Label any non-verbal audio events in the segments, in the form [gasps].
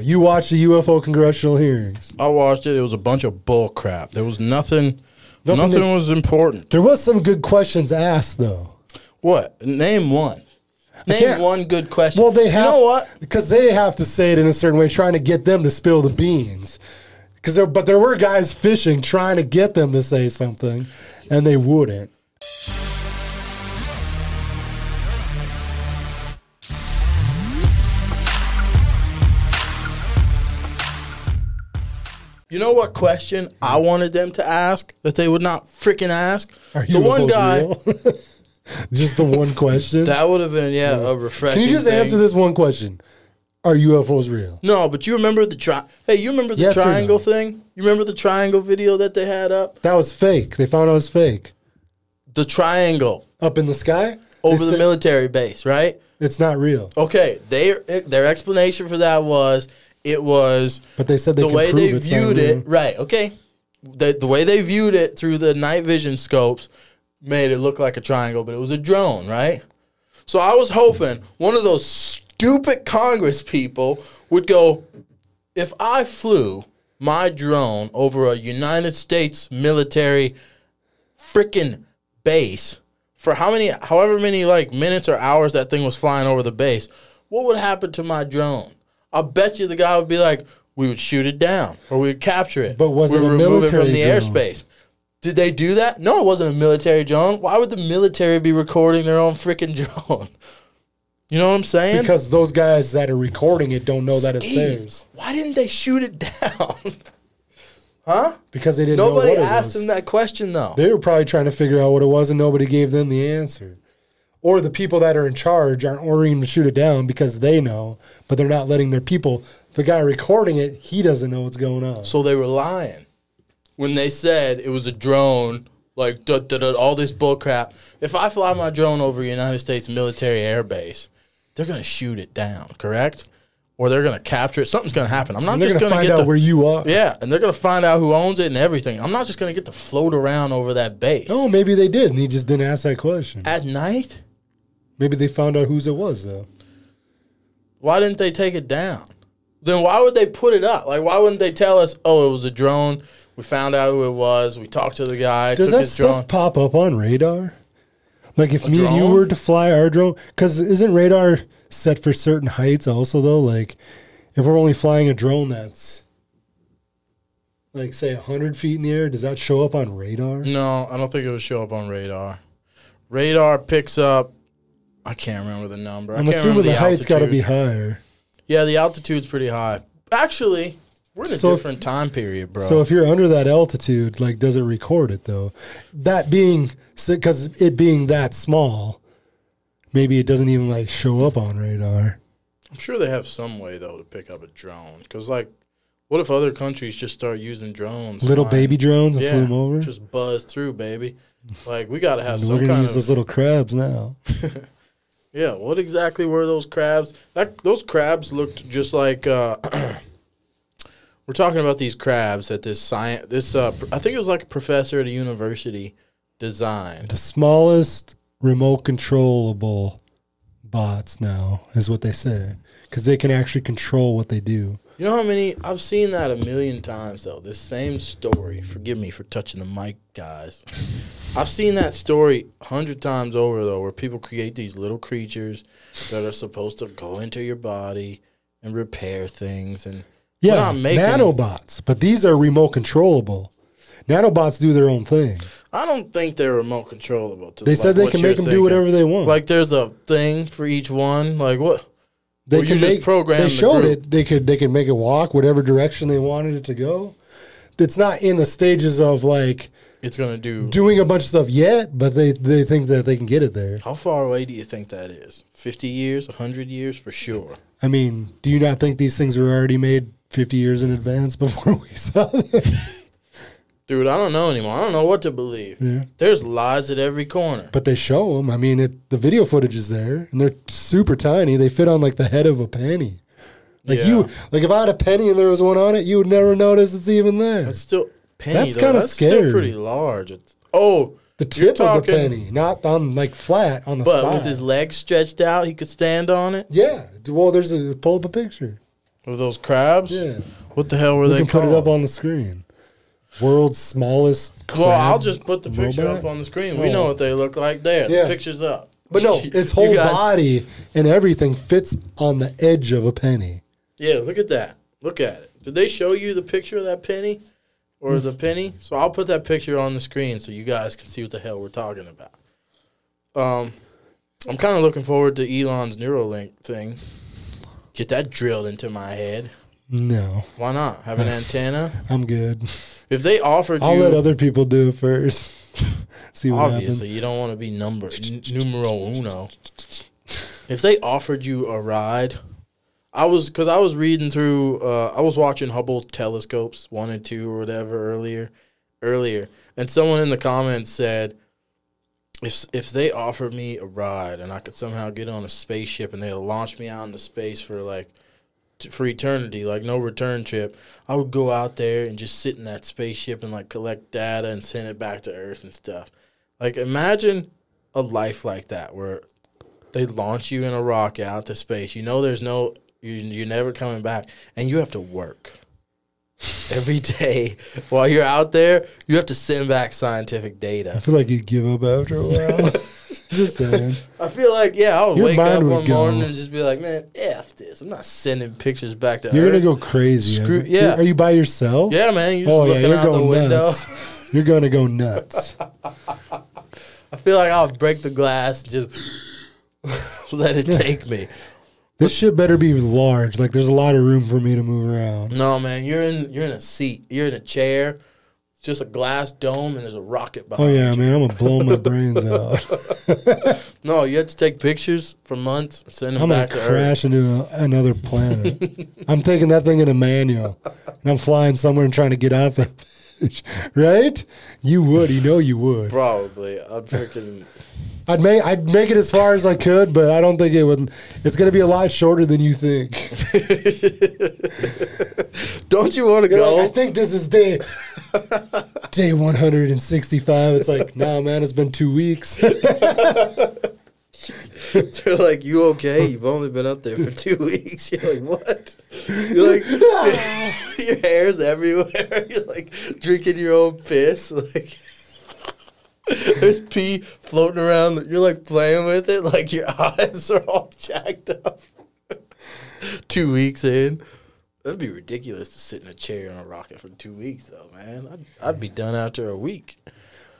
You watched the UFO congressional hearings. I watched it. It was a bunch of bull crap. There was nothing. Nothing Nothing, that- was important. There was some good questions asked though. What? Name one. can't- Name one good question. Well, they have You know what? because they have to say it in a certain way, trying to get them to spill the beans. Because there, but there were guys fishing trying to get them to say something, and they wouldn't. You know what question I wanted them to ask that they would not freaking ask? Are the one UFOs guy real? [laughs] just the one question. that would have been yeah, a refreshing. Can you just thing. answer this one question? Are UFOs real? No, but you remember the tri- Hey, you remember the Yes or no? triangle thing? You remember the triangle video that they had up? That was fake. They found out it was fake. The triangle Up in the sky? They over the said military base, right? It's not real. Okay, their their explanation for that was it was But they said they the could way prove they it's not viewed real. it, right? Okay, the the way they viewed it through the night vision scopes made it look like a triangle, but it was a drone, right? So I was hoping one of those stupid Congress people would go, if I flew my drone over a United States military freaking base for how many, however many like minutes or hours that thing was flying over the base, what would happen to my drone? I bet you the guy would be like, we would shoot it down or we would capture it. But was we it a would remove it from military the drone? airspace. Did they do that? No, it wasn't a military drone. Why would the military be recording their own freaking [laughs] drone? You know what I'm saying? Because those guys that are recording it don't know that it's Jeez, theirs. Why didn't they shoot it [laughs] down? Because they didn't Nobody know what asked it was. him that question though. They were probably trying to figure out what it was and nobody gave them the answer. Or the people that are in charge aren't ordering them to shoot it down because they know, but they're not letting their people. The guy recording it, he doesn't know what's going on. So they were lying when they said it was a drone. Like duh, duh, duh, all this bull crap. If I fly my drone over a United States military airbase, they're gonna shoot it down, correct? Or they're gonna capture it. Something's gonna happen. I'm not And they're just going to gonna, find get out the, where you are. Yeah, and they're gonna find out who owns it and everything. I'm not just gonna get to float around over that base Oh, maybe they did, and he just didn't ask that question. at night. Maybe they found out whose it was, though. Why didn't they take it down? Then why would they put it up? Like, why wouldn't they tell us? Oh, it was a drone. We found out who it was. We talked to the guy. Does took that his stuff drone. pop up on radar? Like if me and you drone? were to fly our drone, because isn't radar set for certain heights also though? Like if we're only flying a drone that's like say hundred feet in the air, does that show up on radar? No, I don't think it would show up on radar. Radar picks up. I can't remember the number. I I'm can't assuming remember the, height's got to be altitude. higher. Yeah, the altitude's pretty high. Actually, we're in a So if- different time period, bro. So if you're under that altitude, like does it record it though? That being because it being that small, maybe it doesn't even like show up on radar. I'm sure they have some way though to pick up a drone. Because like, what if other countries just start using drones? Little flying- baby drones and flew Yeah, them over. just buzz through, baby. Like we got to have We're some gonna kind use of those little crabs now. Yeah, what exactly were those crabs? That those crabs looked just like uh, [clears throat] we're talking about these crabs that this science this uh, pr- I think it was like a professor at a university designed. The smallest remote controllable bots now is what they say because they can actually control what they do. You know how many I've seen that a million times though. This same story. Forgive me for touching the mic, guys. I've seen that story a hundred times over though, where people create these little creatures that are supposed to go into your body and repair things and we're Yeah, not making- nanobots, but these are remote controllable. Nanobots do their own thing. I don't think they're remote controllable. To They said they can make them do whatever they want. Like there's a thing for each one. Like what? they well, you just program They the showed group. it. They could they could make it walk whatever direction they wanted it to go. It's not in the stages of like It's gonna do. doing a bunch of stuff yet, but they they think that they can get it there. How far away do you think that is? Fifty years? hundred years? For sure. I mean, do you not think these things were already made 50 years in advance [laughs] before we saw them? Dude, I don't know anymore. I don't know what to believe. Yeah. There's lies at every corner. but they show them. I mean, it, the video footage is there, and they're super tiny. They fit on like the head of a penny. Like Yeah. you, like if I had a penny and there was one on it, you would never notice it's even there. That's still penny. That's though. kinda scary. Still pretty large. It's, oh, the you're tip of the talking- penny, not on like flat on the but side. with his legs stretched out, he could stand on it. yeah. Well, there's a pull up a picture. Of those crabs? Yeah. What the hell were We they can put called? it up on the screen. World's smallest. well, crab I'll just put the picture robot? up on the screen. We Oh. know what they look like there. Yeah. The picture's up. But no, [laughs] You its whole guys- body and everything fits on the edge of a penny. Yeah, look at that. Look at it. Did they show you the picture of that penny or [laughs] the penny? So I'll put that picture on the screen so you guys can see what the hell we're talking about. Um, I'm kind of looking forward to Elon's Neuralink thing. Get that drilled into my head. No, Why not [laughs] have an antenna? I'm [laughs] good. If they offered I'll you, let other people do it first. [laughs] See what happens. obviously you don't want to be number n- numero [laughs] uno. If they offered you a ride, I was because I was reading through. Uh, I was watching Hubble telescopes one and two or whatever earlier, earlier, and someone in the comments said, "If if they offered me a ride and I could somehow get on a spaceship and they launched me out into space for like." t- For eternity, like no return trip, I would go out there and just sit in that spaceship and like collect data and send it back to Earth and stuff. Like imagine a life like that where they launch you in a rocket out to space. You know there's no you you're never coming back and you have to work. [laughs] Every day while you're out there, you have to send back scientific I data. feel like you give up after a [laughs] while. just saying. I feel like yeah, I'll Your wake mind up would one morning go. and just be like, man, f this. I'm not sending pictures back to You're Earth. gonna go crazy. Screw- Are you- yeah. Are you by yourself? Oh, yeah, man, you're just looking out the window. nuts. You're gonna go nuts. [laughs] I feel like I'll break the glass and just [laughs] [laughs] let it take me. this shit better be large. Like there's a lot of room for me to move around. No, man, you're in you're in a seat. You're in a chair. It's just a glass dome and there's a rocket Oh behind. yeah, man, I'm gonna blow my brains [laughs] out. No, you have to take pictures for months, and send them I'm gonna back to Earth. crash into a, another [laughs] planet. I'm taking that thing in a manual, and I'm flying somewhere and trying to get off that. bitch. [laughs] right? You would. You know you would. [laughs] Probably. I'd freaking [laughs] I'd make I'd make it as far as I could, but I don't think it would. It's gonna be a lot shorter than you think. [laughs] Don't you want to You're go? like, I think this is [laughs] day day 165. It's like, nah, man, it's been two weeks. [laughs] [laughs] They're like, "You okay? You've only been up there [laughs] for two weeks." [laughs] You're like, "What?" You're like, [laughs] "Your hair's everywhere." [laughs] You're like drinking your own piss. [laughs] Like, there's pee floating around. You're like playing with it. [laughs] Like your eyes are all [laughs] jacked up. two weeks in, that'd be ridiculous to sit in a chair on a rocket for two weeks, though, man. I'd, I'd be done after a week.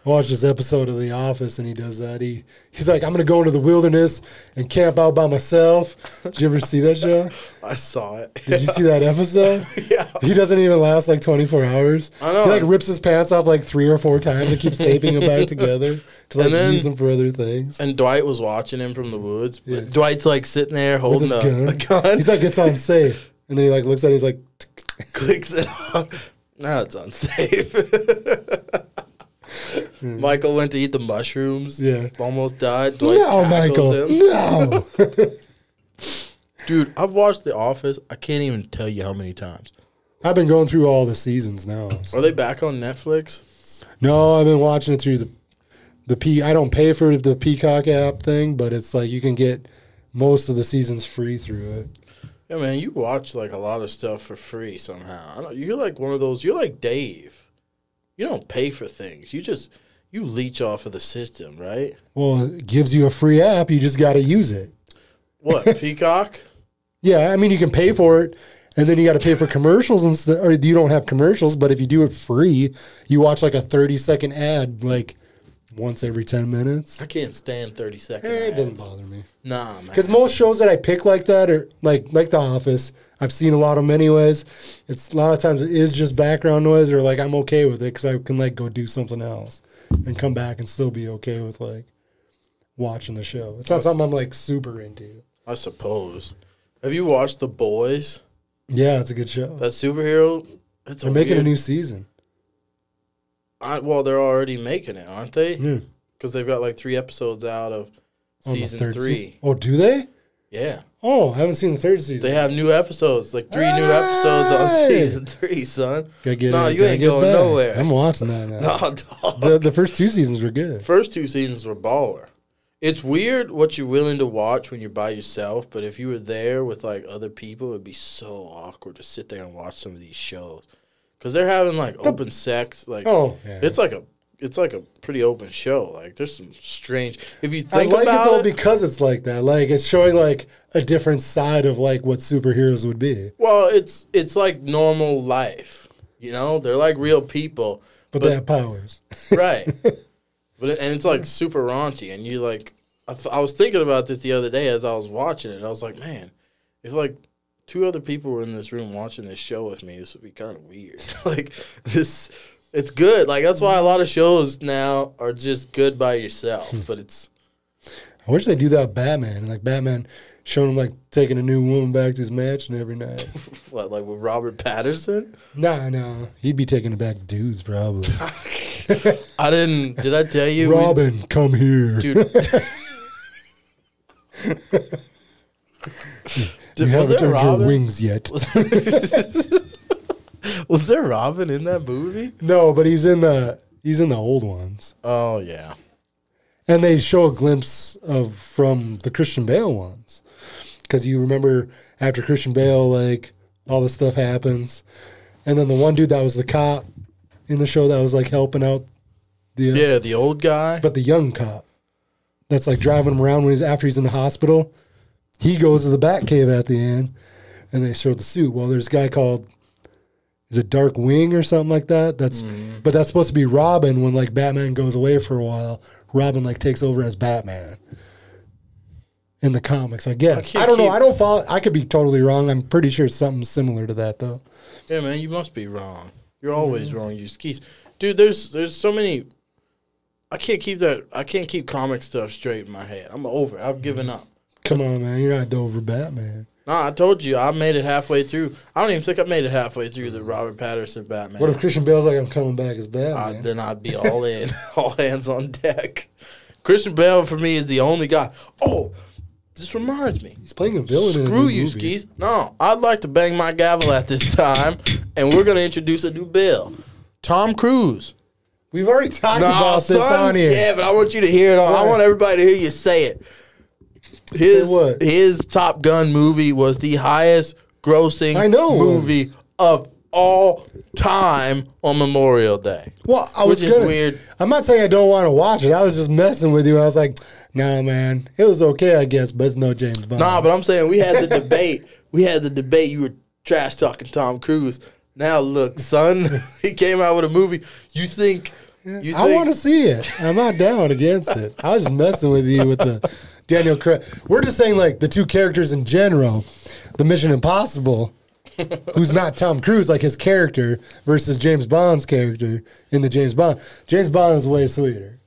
I watched this episode of The Office, and he does that. He he's like, I'm gonna go into the wilderness and camp out by myself. Did you ever see that show? I saw it. Did you see that episode? [laughs] Yeah. He doesn't even last like 24 hours. I know. He like rips his pants off like three or four times and keeps taping them back together to like And then- use them for other things. And Dwight was watching him from the woods. But Dwight's like sitting there holding With a his a gun. gun. He's like, it's unsafe. And then he like looks at it, he's like, [laughs] clicks it off. Now [laughs] it's unsafe. Michael went to eat the mushrooms. Yeah. oh Almost died. Dwight no, Michael, tackles him. no. [laughs] Dude, I've watched The Office. I can't even tell you how many times. I've been going through all the seasons now. Are they back on Netflix? No, I've been watching it through the the P. I don't pay for the Peacock app thing, but it's like you can get most of the seasons free through it. Yeah, man, you watch like a lot of stuff for free somehow. I don't, you're like one of those. You're like Dave. You don't pay for things. You just you leech off of the system, right? Well, it gives you a free app. You just got to use it. [laughs] What Peacock? Yeah, I mean you can pay for it, and then you got to pay for commercials and stuff. Or you don't have commercials, but if you do it free, you watch like a thirty second ad like once every ten minutes. I can't stand thirty seconds. Eh, it doesn't bother me. Nah, man. Because most shows that I pick like that are like like The Office. I've seen a lot of them anyways. It's a lot of times it is just background noise, or like I'm okay with it because I can like go do something else and come back and still be okay with like watching the show. It's not something I'm like super into. I suppose. Have you watched The Boys? Yeah, it's a good show. That superhero. It's They're making a new season. I, well, they're already making it, aren't they? Yeah. Because they've got like three episodes out of On the season third se- three. oh, do they? Yeah, Oh, I haven't seen the third they season. have new episodes, like three new episodes on Hey! season three, son. [laughs] Gotta get no, it, you gotta ain't get going back. nowhere. I'm watching that now. Nah, dog. The, the first two seasons were good. First two seasons were baller. It's weird what you're willing to watch when you're by yourself, but if you were there with like other people, it'd be so awkward to sit there and watch some of these shows because they're having like open sex. Like, Oh, yeah. it's like a it's like a pretty open show. Like, there's some strange. If you I think like it about though it, because it's like that. Like it's showing like a different side of like what superheroes would be. well, it's it's like normal life. You know, they're like real people, But, they have powers. [laughs] right but it, and it's like super raunchy and you like I, th- I was thinking about this the other day as i was watching it i was like man if like two other people were in this room watching this show with me this would be kind of weird [laughs] like this it's good like that's why a lot of shows now are just good by yourself but it's [laughs] I wish they do that with Batman. Like Batman showing him like taking a new woman back to his mansion every night. [laughs] what like with robert patterson nah, nah. He'd be taking it back dudes probably. i didn't did i tell you [laughs] we- Robin, come here. [laughs] dude [laughs] you was haven't there turned Robin? your wings yet. was there robin in that movie no, but he's in the he's in the old ones. oh yeah And they show a glimpse of from the Christian Bale ones. Because you remember after Christian Bale, like all this stuff happens. And then the one dude that was the cop in the show that was like helping out the, yeah the old guy but the young cop that's like driving him around when he's after he's in the hospital, he goes to the Batcave at the end and they show the suit. Well, there's a guy called is it Dark Wing or something like that? That's Mm-hmm. but that's supposed to be Robin when like Batman goes away for a while. Robin like takes over as Batman in the comics, I guess. I, I can't don't know. keep- I don't follow. I could be totally wrong. I'm pretty sure it's something similar to that though. Yeah, man, you must be wrong. You're always wrong, you skis. Dude, there's there's so many I can't keep that I can't keep comic stuff straight in my head. I'm over it. I've given up. Come on, man, you're not Dover Batman. Nah, I told you I made it halfway through. I don't even think I made it halfway through the Robert Patterson Batman. What if Christian Bale's like, I'm coming back as I, Batman? then I'd be all in, [laughs] all hands on deck. Christian Bale for me is the only guy. Oh, this reminds me. He's playing a villain. in a Screw new you, movie. skis. No, I'd like to bang my gavel at this time, and we're gonna introduce a new bill. Tom Cruise. We've already talked No, about this son. on here. Yeah, but I want you to hear it all. I Right. want everybody to hear you say it. His what? his Top Gun movie was the highest grossing I know. movie of all time on Memorial Day. Well, I Which was is gonna- weird. I'm not saying I don't want to watch it. I was just messing with you. I was like, nah, man, it was okay, I guess, but it's no James Bond. Nah, but I'm saying we had the debate. [laughs] We had the debate. You were trash talking Tom Cruise. Now look, son, [laughs] he came out with a movie. You think you think I want to see it. I'm not down against it. I was just messing with you with [laughs] the Daniel Craig. We're just saying like the two characters in general, the Mission Impossible, who's not Tom Cruise, like his character versus James Bond's character in the James Bond. James Bond is way sweeter.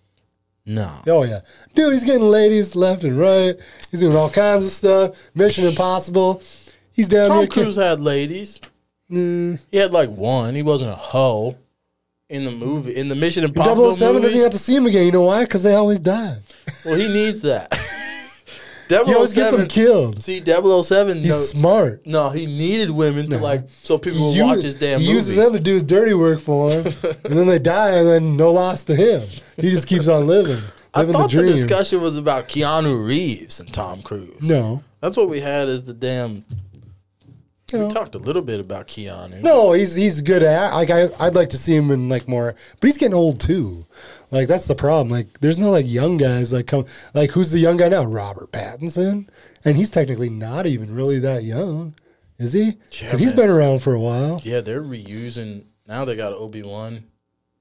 no. Oh yeah, dude, he's getting ladies left and right. He's doing all kinds of stuff. Mission Impossible. He's down Tom there. Cruise had ladies. Mm. He had like one. He wasn't a hoe in the movie in the Mission Impossible 007 movies. doesn't have to see him again. You know why? Because they always die. well, he needs that. [laughs] He always gets 007. them killed. See, 007. He's No, smart. no, he needed women to like so people will He watch use- his damn he movies. uses them to do his dirty work for [laughs] him, and then they die, and then no loss to him. He just keeps on living, I living the thought the, dream. discussion was about Keanu Reeves and Tom Cruise. no, That's what we had as the damn. No. We talked a little bit about Keanu. no, he's he's good at. Like I, I'd like to see him in like more, but he's getting old too. Like that's the problem. Like there's no like young guys like come. Like who's the young guy now? Robert Pattinson, and he's technically not even really that young, is he? Yeah, Because he's man. been around for a while. Yeah, they're reusing. Now they got Obi Wan,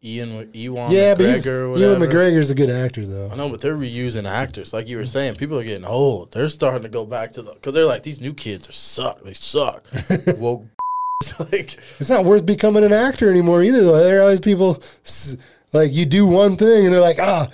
Ian, Ewan Yeah, but he's, McGregor, or Ewan whatever. McGregor's a good actor though. I know, but they're reusing actors. Like you were saying, people are getting old. They're starting to go back to the because they're like these new kids are suck. [laughs] They suck. Woke. [laughs] It's like it's not worth becoming an actor anymore either. Though there are always people s- like you do one thing and they're like, ah,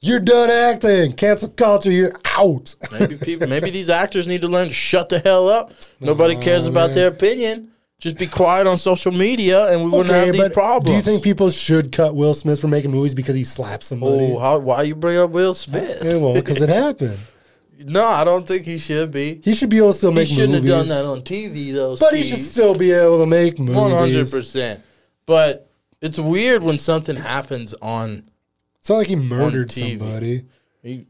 you're done acting. Cancel culture. You're out. maybe people, maybe these actors need to learn to shut the hell up. Oh, Nobody cares about their opinion. Just be quiet on social media, and we wouldn't have these problems. do you think people should cut Will Smith for making movies because he slapped somebody? Oh, how, why you bring up Will Smith? Yeah, well, because it happened. No, I don't think he should be. He should be able to still He make shouldn't movies. have done that on TV though. but he should still be able to make movies. one hundred percent. But it's weird when something happens on. It's not like he murdered TV. somebody. He,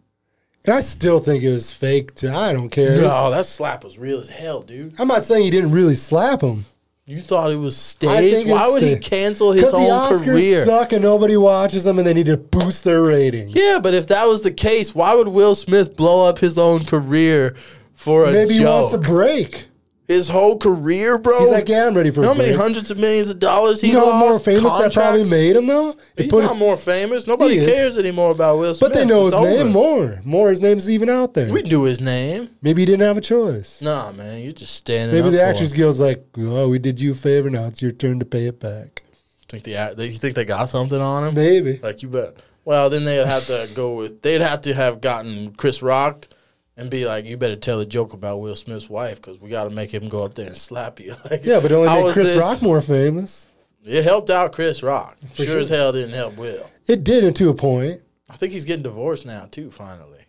And I still think it was faked. I don't care. It's- No, that slap was real as hell, dude. I'm not saying he didn't really slap him. You thought it was I think staged? it's Why would he staged. cancel his Because the own Oscars career? suck and nobody watches them and they need to boost their ratings. Yeah, but if that was the case, why would Will Smith blow up his own career for a Maybe he wants joke? a break. his whole career, bro. He's like, yeah, I'm ready for You know a how many break. hundreds of millions of dollars he you know how lost? more famous contracts? that probably made him though? It He's put- not more famous. Nobody He is. cares anymore about Will Smith. but they know his It's over. name more. More his name's even out there. We knew his name. Maybe he didn't have a choice. Nah, man, you're just standing. Maybe up the for Actors him. Guild's like, oh, we did you a favor. Now it's your turn to pay it back. think the act- you think they got something on him. Maybe. Like you bet. Well, then they'd have to go with. They'd have to have gotten Chris Rock. And be like, you better tell a joke about Will Smith's wife because we got to make him go up there and slap you. [laughs] Like, Yeah, but it only how made was Chris this- Rock more famous. It helped out Chris Rock. Sure, sure. as hell didn't help Will. It did it to a point. I think he's getting divorced now too. Finally,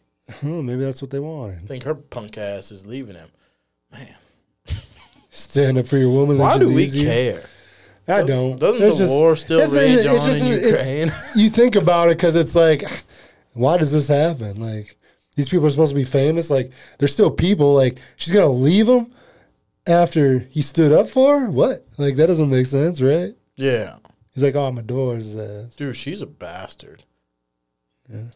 Oh, maybe that's what they I wanted. think her punk ass is leaving him. Man, Stand up for your woman. why that do you we leaves you. care? I don't. Doesn't It's the just- war still it's- rage it's on just- in it's- Ukraine? [laughs] you think about it because it's like, why does this happen? Like, these people are supposed to be famous. Like, they're still people. Like, she's gonna leave him after he stood up for her? What? Like, that doesn't make sense, right? yeah, He's like, oh, my door's uh, dude, she's a bastard.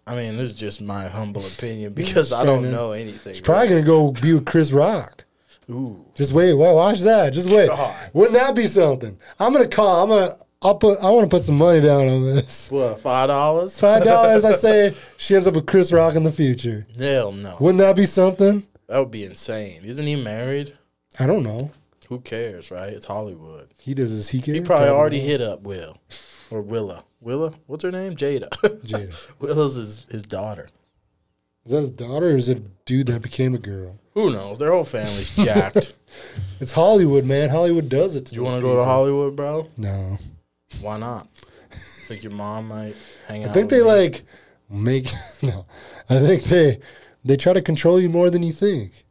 I mean, this is just my humble opinion because I don't probably- know anything. She's probably gonna go be with Chris Rock. Ooh, Just wait. Wait. Watch that. Just wait. God. Wouldn't that be something? I'm gonna call. I'm gonna. I'll put. I want to put some money down on this. [laughs] what five dollars? Five dollars. I say she ends up with Chris Rock in the future. Hell no, Wouldn't that be something? that would be insane. Isn't he married? I don't know. Who cares, right? It's Hollywood. He does his. He, He probably already hit up Will or Willa. Willa, what's her name? Jada. [laughs] Jada. Willa's his, his daughter. Is that his daughter or is it a dude that became a girl? Who knows? Their [laughs] whole family's jacked. It's Hollywood, man. Hollywood does it. To You want to go to Hollywood, bro? No. Why not? Think your mom might hang out. I think with they you? like make. [laughs] No. I think they they try to control you more than you think.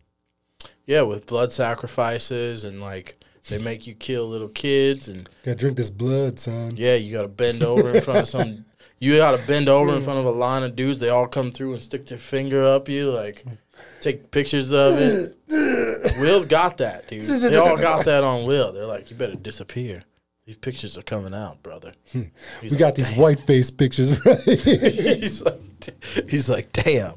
yeah, with blood sacrifices and like they make you kill little kids and Got to drink this blood, son. yeah, you got to bend over in front of some. You got to bend over in front of a line of dudes. They all come through and stick their finger up you, like take pictures of it. Will's got that, dude. They all got that on Will. They're like, you better disappear. These pictures are coming out, brother. [laughs] He's we got these white face pictures [laughs] right here. he's like, d- he's like, damn.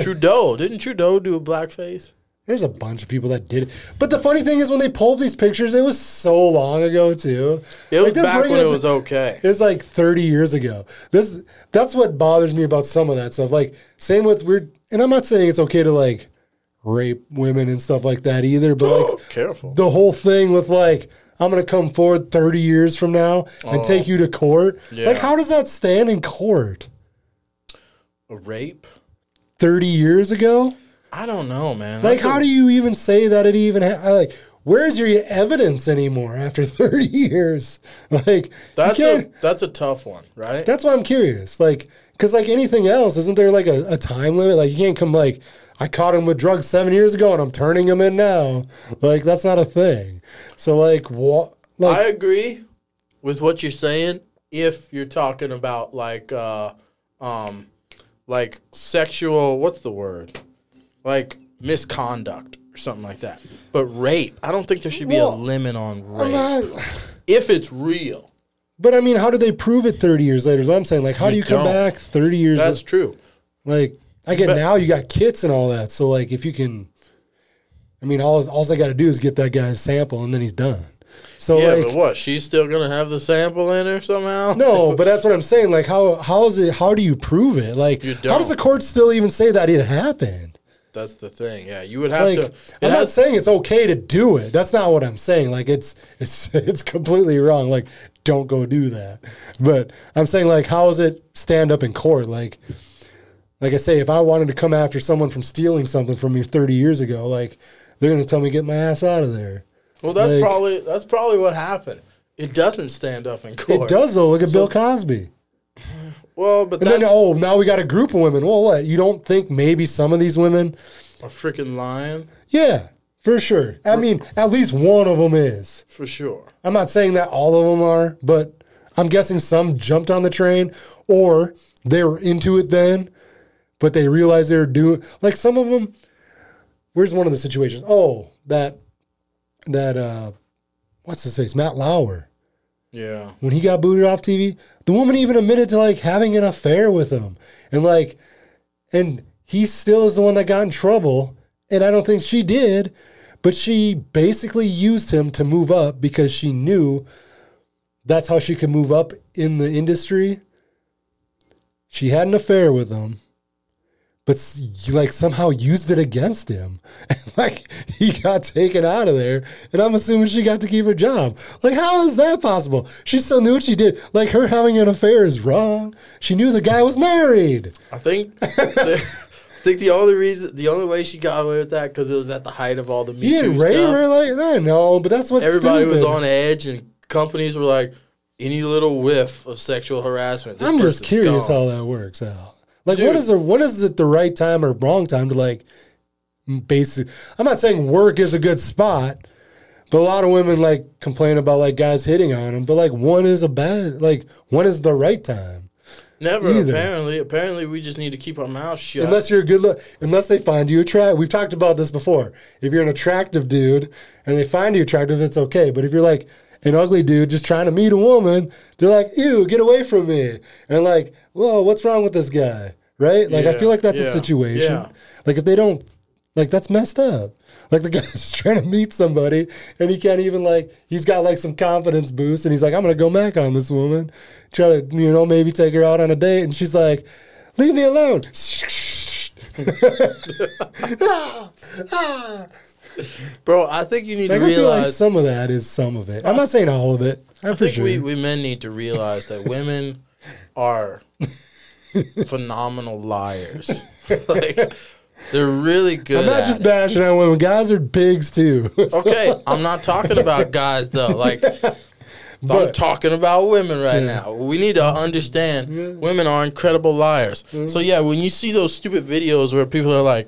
Trudeau didn't Trudeau do a blackface? There's a bunch of people that did it. But the funny thing is, when they pulled these pictures, it was so long ago too. It was Like, they're back bringing when it up- [laughs] was okay. It's like 30 years ago. This that's what bothers me about some of that stuff. Like same with weird, and I'm not saying it's okay to like rape women and stuff like that either. But [gasps] like Careful. the whole thing with like I'm gonna come forward 30 years from now and take you to court. Oh. Yeah. Like how does that stand in court? A rape? 30 years ago. I don't know, man. Like, That's a- how do you even say that it even ha- like? Where's your evidence anymore after [laughs] thirty years? Like, that's that's a that's a tough one, right? that's why I'm curious. Like, because like anything else, isn't there like a, a time limit? Like, you can't come like I caught him with drugs seven years ago and I'm turning him in now. Like, that's not a thing. So like, what? Like, I agree with what you're saying if you're talking about like uh um like sexual what's the word? Like misconduct or something like that. But rape, I don't think there should be a Well, limit on I'm rape not- if it's real. but I mean, how do they prove it thirty years later? Is what I'm saying. Like, how do you come don't. back thirty years? That's true. Like I get now you got kits and all that. So like if you can, I mean all all they got to do is get that guy's sample and then he's done. So Yeah, like but what? She's still gonna have the sample in her somehow? no, but that's what I'm saying. Like how how is it? How do you prove it? Like You how does don't. the court still even say that it happened? That's the thing. Yeah, you would have Like to. it I'm not has- saying it's okay to do it. That's not what I'm saying. Like it's it's [laughs] it's completely wrong. Like don't go do that. But I'm saying like how is it stand up in court? Like like I say, if I wanted to come after someone from stealing something from me 30 years ago, like they're gonna tell me get my ass out of there. well, that's like- probably that's probably what happened. It doesn't stand up in court. It does though. Look at Bill Cosby. Well, but And that's then oh, now we got a group of women. Well, what? You don't think maybe some of these women? a freaking lion Yeah, for sure. I mean, at least one of them is. for sure. I'm not saying that all of them are, but I'm guessing some jumped on the train or they were into it then. but they realized they were doing like some of them. Where's one of the situations? Oh, that that uh, what's his face, Matt Lauer, Yeah. when he got booted off TV. The woman even admitted to like having an affair with him, and like, and he still is the one that got in trouble. And I don't think she did, but she basically used him to move up because she knew that's how she could move up in the industry. She had an affair with him, but s- you, like somehow used it against him. [laughs] And like he got taken out of there, and I'm assuming she got to keep her job. Like, how is that possible? She still knew what she did. Like, her having an affair is wrong. She knew the guy was married. [laughs] I think the, I think the only reason the only way she got away with that because it was at the height of all the Me He Too didn't rape stuff. her. Like, I know, but that's what's Everybody was stupid. on edge, and companies were like, any little whiff of sexual harassment. this I'm just person's curious gone. how that works out. Like, Dude. what is the what is it the right time or wrong time to like basic? I'm not saying work is a good spot, but a lot of women like complain about like guys hitting on them. But like, one is a bad like one is the right time Never either. apparently. Apparently, we just need to keep our mouths shut. unless you're a good look unless they find you attractive. We've talked about this before. If you're an attractive dude and they find you attractive, it's okay. But if you're like an ugly dude just trying to meet a woman, they're like, "Ew, get away from me!" And like, "Whoa, what's wrong with this guy?" Right? Like, I Yeah, feel like that's a yeah, situation. yeah. Like if they don't, like that's messed up. Like the [laughs] guy's trying to meet somebody and he can't even like he's got like some confidence boost and he's like I'm gonna go mac on this woman, try to you know maybe take her out on a date and she's like, leave me alone. [laughs] Ah, ah. Bro, I think you need like to I feel realize. like some of that is some of it. I'm not saying all of it. I'm I think sure. we, we men need to realize that women [laughs] are phenomenal liars. [laughs] like, they're really good. I'm not at just it. bashing on women. Guys are pigs too. [laughs] So, Okay, I'm not talking about guys though. Like, I'm But- talking about women right now. We need to understand women are incredible liars. Mm-hmm. So yeah, when you see those stupid videos where people are like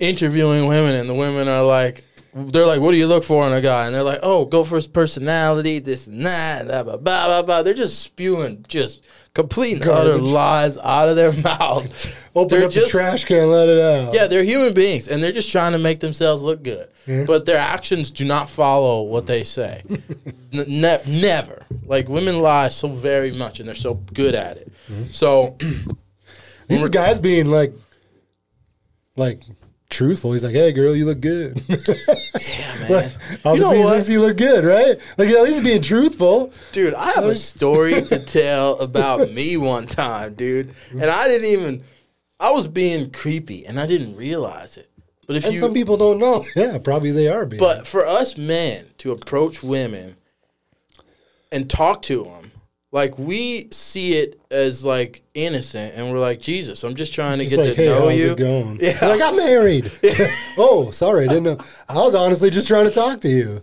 interviewing women and the women are like, they're like, "What do you look for in a guy?" And they're like, "Oh, go for his personality, this and that, blah blah blah blah." blah. They're just spewing just complete and utter Garbage. lies out of their [laughs] mouth. Open They're up the trash can, let it out. yeah, they're human beings and they're just trying to make themselves look good. But their actions do not follow what [laughs] they say. N- ne- never. Like women lie so very much and they're so good at it. Mm-hmm. So [clears throat] These are guys being like, like truthful. He's like, "Hey, girl, you look good." [laughs] man. Obviously, know he what? thinks you look good, right? Like at least being truthful. Dude, I have a [laughs] story to tell about me one time, dude. And I didn't even I was being creepy and I didn't realize it. But if And you some people don't [laughs] know. Yeah, probably they are. Being. But for us men to approach women and talk to them, like we see it as like innocent, and we're like, Jesus, I'm just trying to Just get like, to hey, know how's you. it going? Yeah. They're like, I got [laughs] married. [laughs] oh, sorry, I didn't know. I was honestly just trying to talk to you,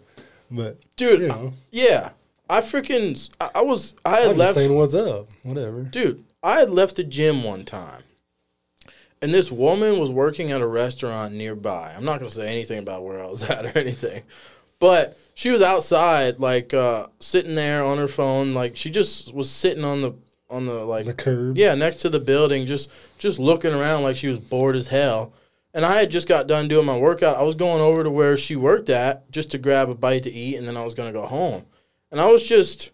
but dude. you know. Yeah, I freaking, I, I was, I had I'm just left. saying what's up. Whatever. dude, I had left the gym one time, and this woman was working at a restaurant nearby. I'm not gonna say anything about where I was [laughs] at or anything, but she was outside, like uh, sitting there on her phone. Like she just was sitting on the on the like The curb. yeah, next to the building, just just looking around like she was bored as hell. And I had just got done doing my workout. I was going over to where she worked at just to grab a bite to eat, and then I was gonna go home. And I was just,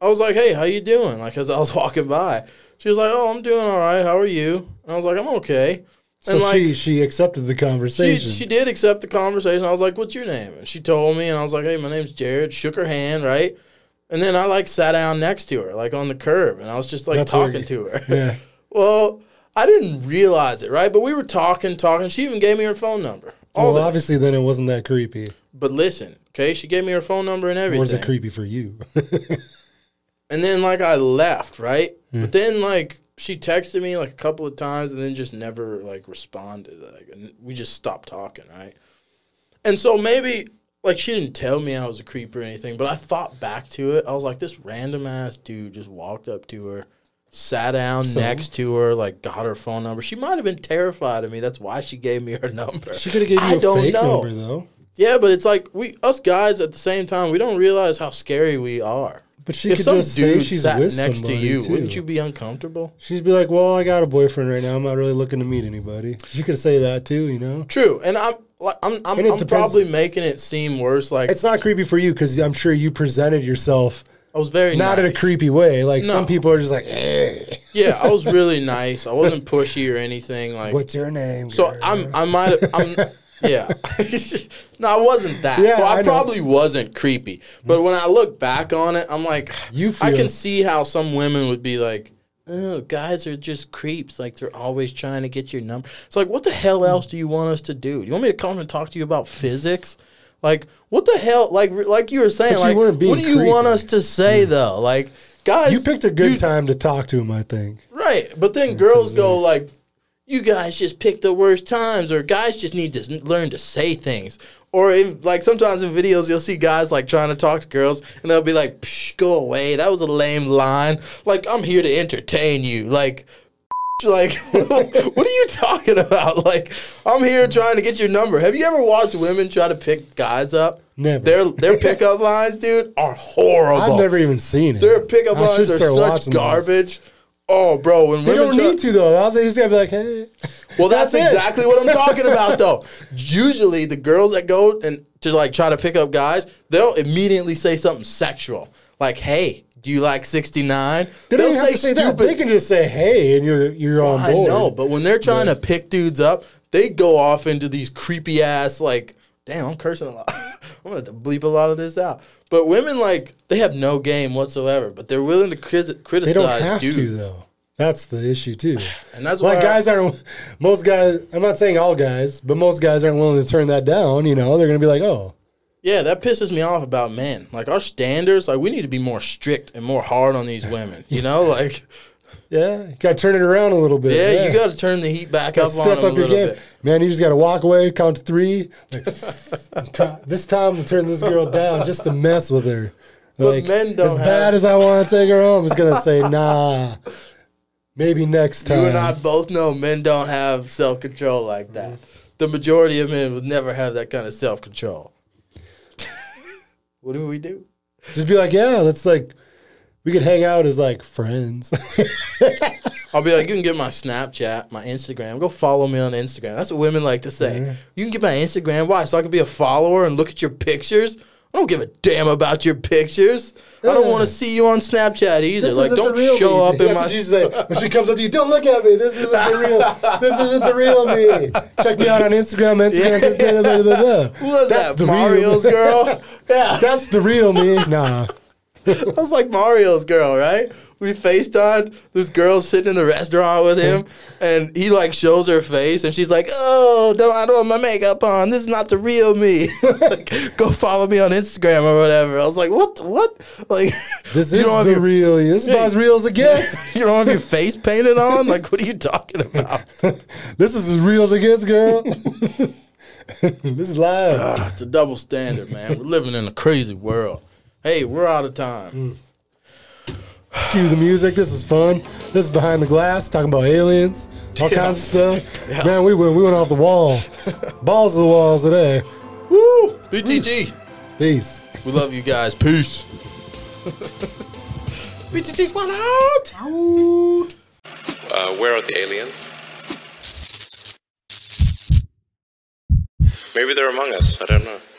I was like, "Hey, how you doing?" Like as I was [laughs] walking by, she was like, "Oh, I'm doing all right. How are you?" And I was like, "I'm okay." So and like she she accepted the she, conversation. she did accept the conversation. I was like, "What's your name?" And she told me, and I was like, "Hey, my name's Jared." Shook her hand, right? And then I like sat down next to her, like on the curb, and I was just like That's where talking you- to her. [laughs] yeah. Well, I didn't realize it, right? But we were talking, talking. She even gave me her phone number. All Well, this. obviously, then it wasn't that creepy. But listen, okay, she gave me her phone number and Or was everything. it creepy for you? [laughs] and then like I left, right? Hmm. But then like she texted me like a couple of times and then just never like responded. Like and we just stopped talking, right? And so maybe like she didn't tell me I was a creep or anything, but I thought back to it. I was like, this random ass dude just walked up to her, sat down next to her, like got her phone number. She might have been terrified of me. That's why she gave me her [laughs] number. she could have gave I you a don't fake know. number though. Yeah, but it's like we us guys at the same time we don't realize how scary we are. But she If could some just say dude she's sat with next to somebody, you, too. wouldn't you be uncomfortable? She'd be like, "Well, I got a boyfriend right now. I'm not really looking to meet anybody." She could say that too, you know. True, and I'm like, I'm I'm, And it I'm depends- probably making it seem worse. Like It's not creepy for you because I'm sure you presented yourself I was very not in a nice. creepy way. Like No. some people are just like, "Hey, Yeah, I was really nice. I wasn't pushy or anything. Like what's your name?" So girl?" I'm, I might have, [laughs] I'm, yeah. [laughs] no, I wasn't that. Yeah, so I I, know. probably wasn't creepy. But when I look back on it, I'm like, You I feel- can see how some women would be like, oh, guys are just creeps. Like they're always trying to get your number. It's like, what the hell else do you want us to do? You want me to come and talk to you about physics? Like what the hell? Like like you were saying, But you like weren't being what do you want creepy. Hmm. us to say though? Like guys, you picked a good you- time to talk to him, I think. Right. But then girls go like, you guys just pick the worst times, or guys just need to s- learn to say things. Or in, like sometimes in videos, you'll see guys like trying to talk to girls, and they'll be like, Psh, "Go away, that was a lame line." Like I'm here to entertain you. Like, [laughs] like [laughs] what are you talking about? [laughs] Like I'm here trying to get your number. Have you ever watched women try to pick guys up? Never. Their their [laughs] pickup lines, dude, are horrible. I've never even seen it. Their pickup I should lines are start such watching those. garbage. Oh, bro, when They women don't try- need to though. They just gotta be like, "Hey." well, that's, That's it. exactly [laughs] what I'm talking about, though. Usually, the girls that go and to like try to pick up guys, they'll immediately say something sexual, like, "Hey, do you like 69?" They don't even have to say that. They can just say, "Hey," and you're you're on I board. know, but when they're trying to pick dudes up, they go off into these creepy ass like, damn, I'm cursing a lot. [laughs] I'm gonna have to bleep a lot of this out. But women like they have no game whatsoever, but they're willing to cri- criticize They don't have dudes. to though. That's the issue too. [sighs] And that's like why- guys aren't most guys. I'm not saying all guys, but most guys aren't willing to turn that down. You know, they're gonna be like, "Oh, Yeah, that pisses me off about men. Like our standards, like we need to be more strict and more hard on these women. You [laughs] know, like yeah, you got to turn it around a little bit." yeah, you got to turn the heat back Gotta up on them a little bit. man. You just got to walk away, count to three. [laughs] Like, this time, I'm turning this girl down just to mess with her. Like, men don't as bad have- as I want to take her home, it's gonna say, "Nah, maybe next time." You and I both know men don't have self control like that. The majority of men would never have that kind of self [laughs] control. what do we do? Just be like, yeah, let's like, we could hang out as like friends. [laughs] I'll be like, you can get my Snapchat, my Instagram. Go follow me on Instagram. That's what women like to say. You can get my Instagram. Why? So I can be a follower and look at your pictures. I don't give a damn about your pictures. I don't Yeah. want to see you on Snapchat either. This like, isn't don't the real show me. up in That's my. what you say. when she comes up to you, don't look at me. This isn't the real. This isn't the real me. Check me out on Instagram. Instagram. says blah, blah, blah, blah, blah. [laughs] Who was That's that? the real- Mario's girl. yeah. [laughs] That's the real me. Nah. I was like Mario's girl, right? We FaceTimed this girl sitting in the restaurant with [laughs] him, and he like shows her face, and she's like, "Oh, don't I don't have my makeup on? This is not the real me. [laughs] like, go follow me on Instagram or whatever." I was like, "What? What? Like, [laughs] This you is don't have the your real. This is about as real as it [laughs] gets. you don't have your face painted on? Like, what are you talking about? this is as real as it gets, girl. [laughs] this is live. [laughs] [sighs] it's a double standard, man. We're living in a crazy world. Hey, we're out of time. Cue the music. This was fun. This is behind the glass, talking about aliens, all kinds of stuff. Man, we went we went off the [laughs] wall, balls of the walls today. Woo! BTG, Peace. we love you guys. [laughs] Peace. BTG's one out. Out. Uh, where are the aliens? Maybe they're among us. I don't know.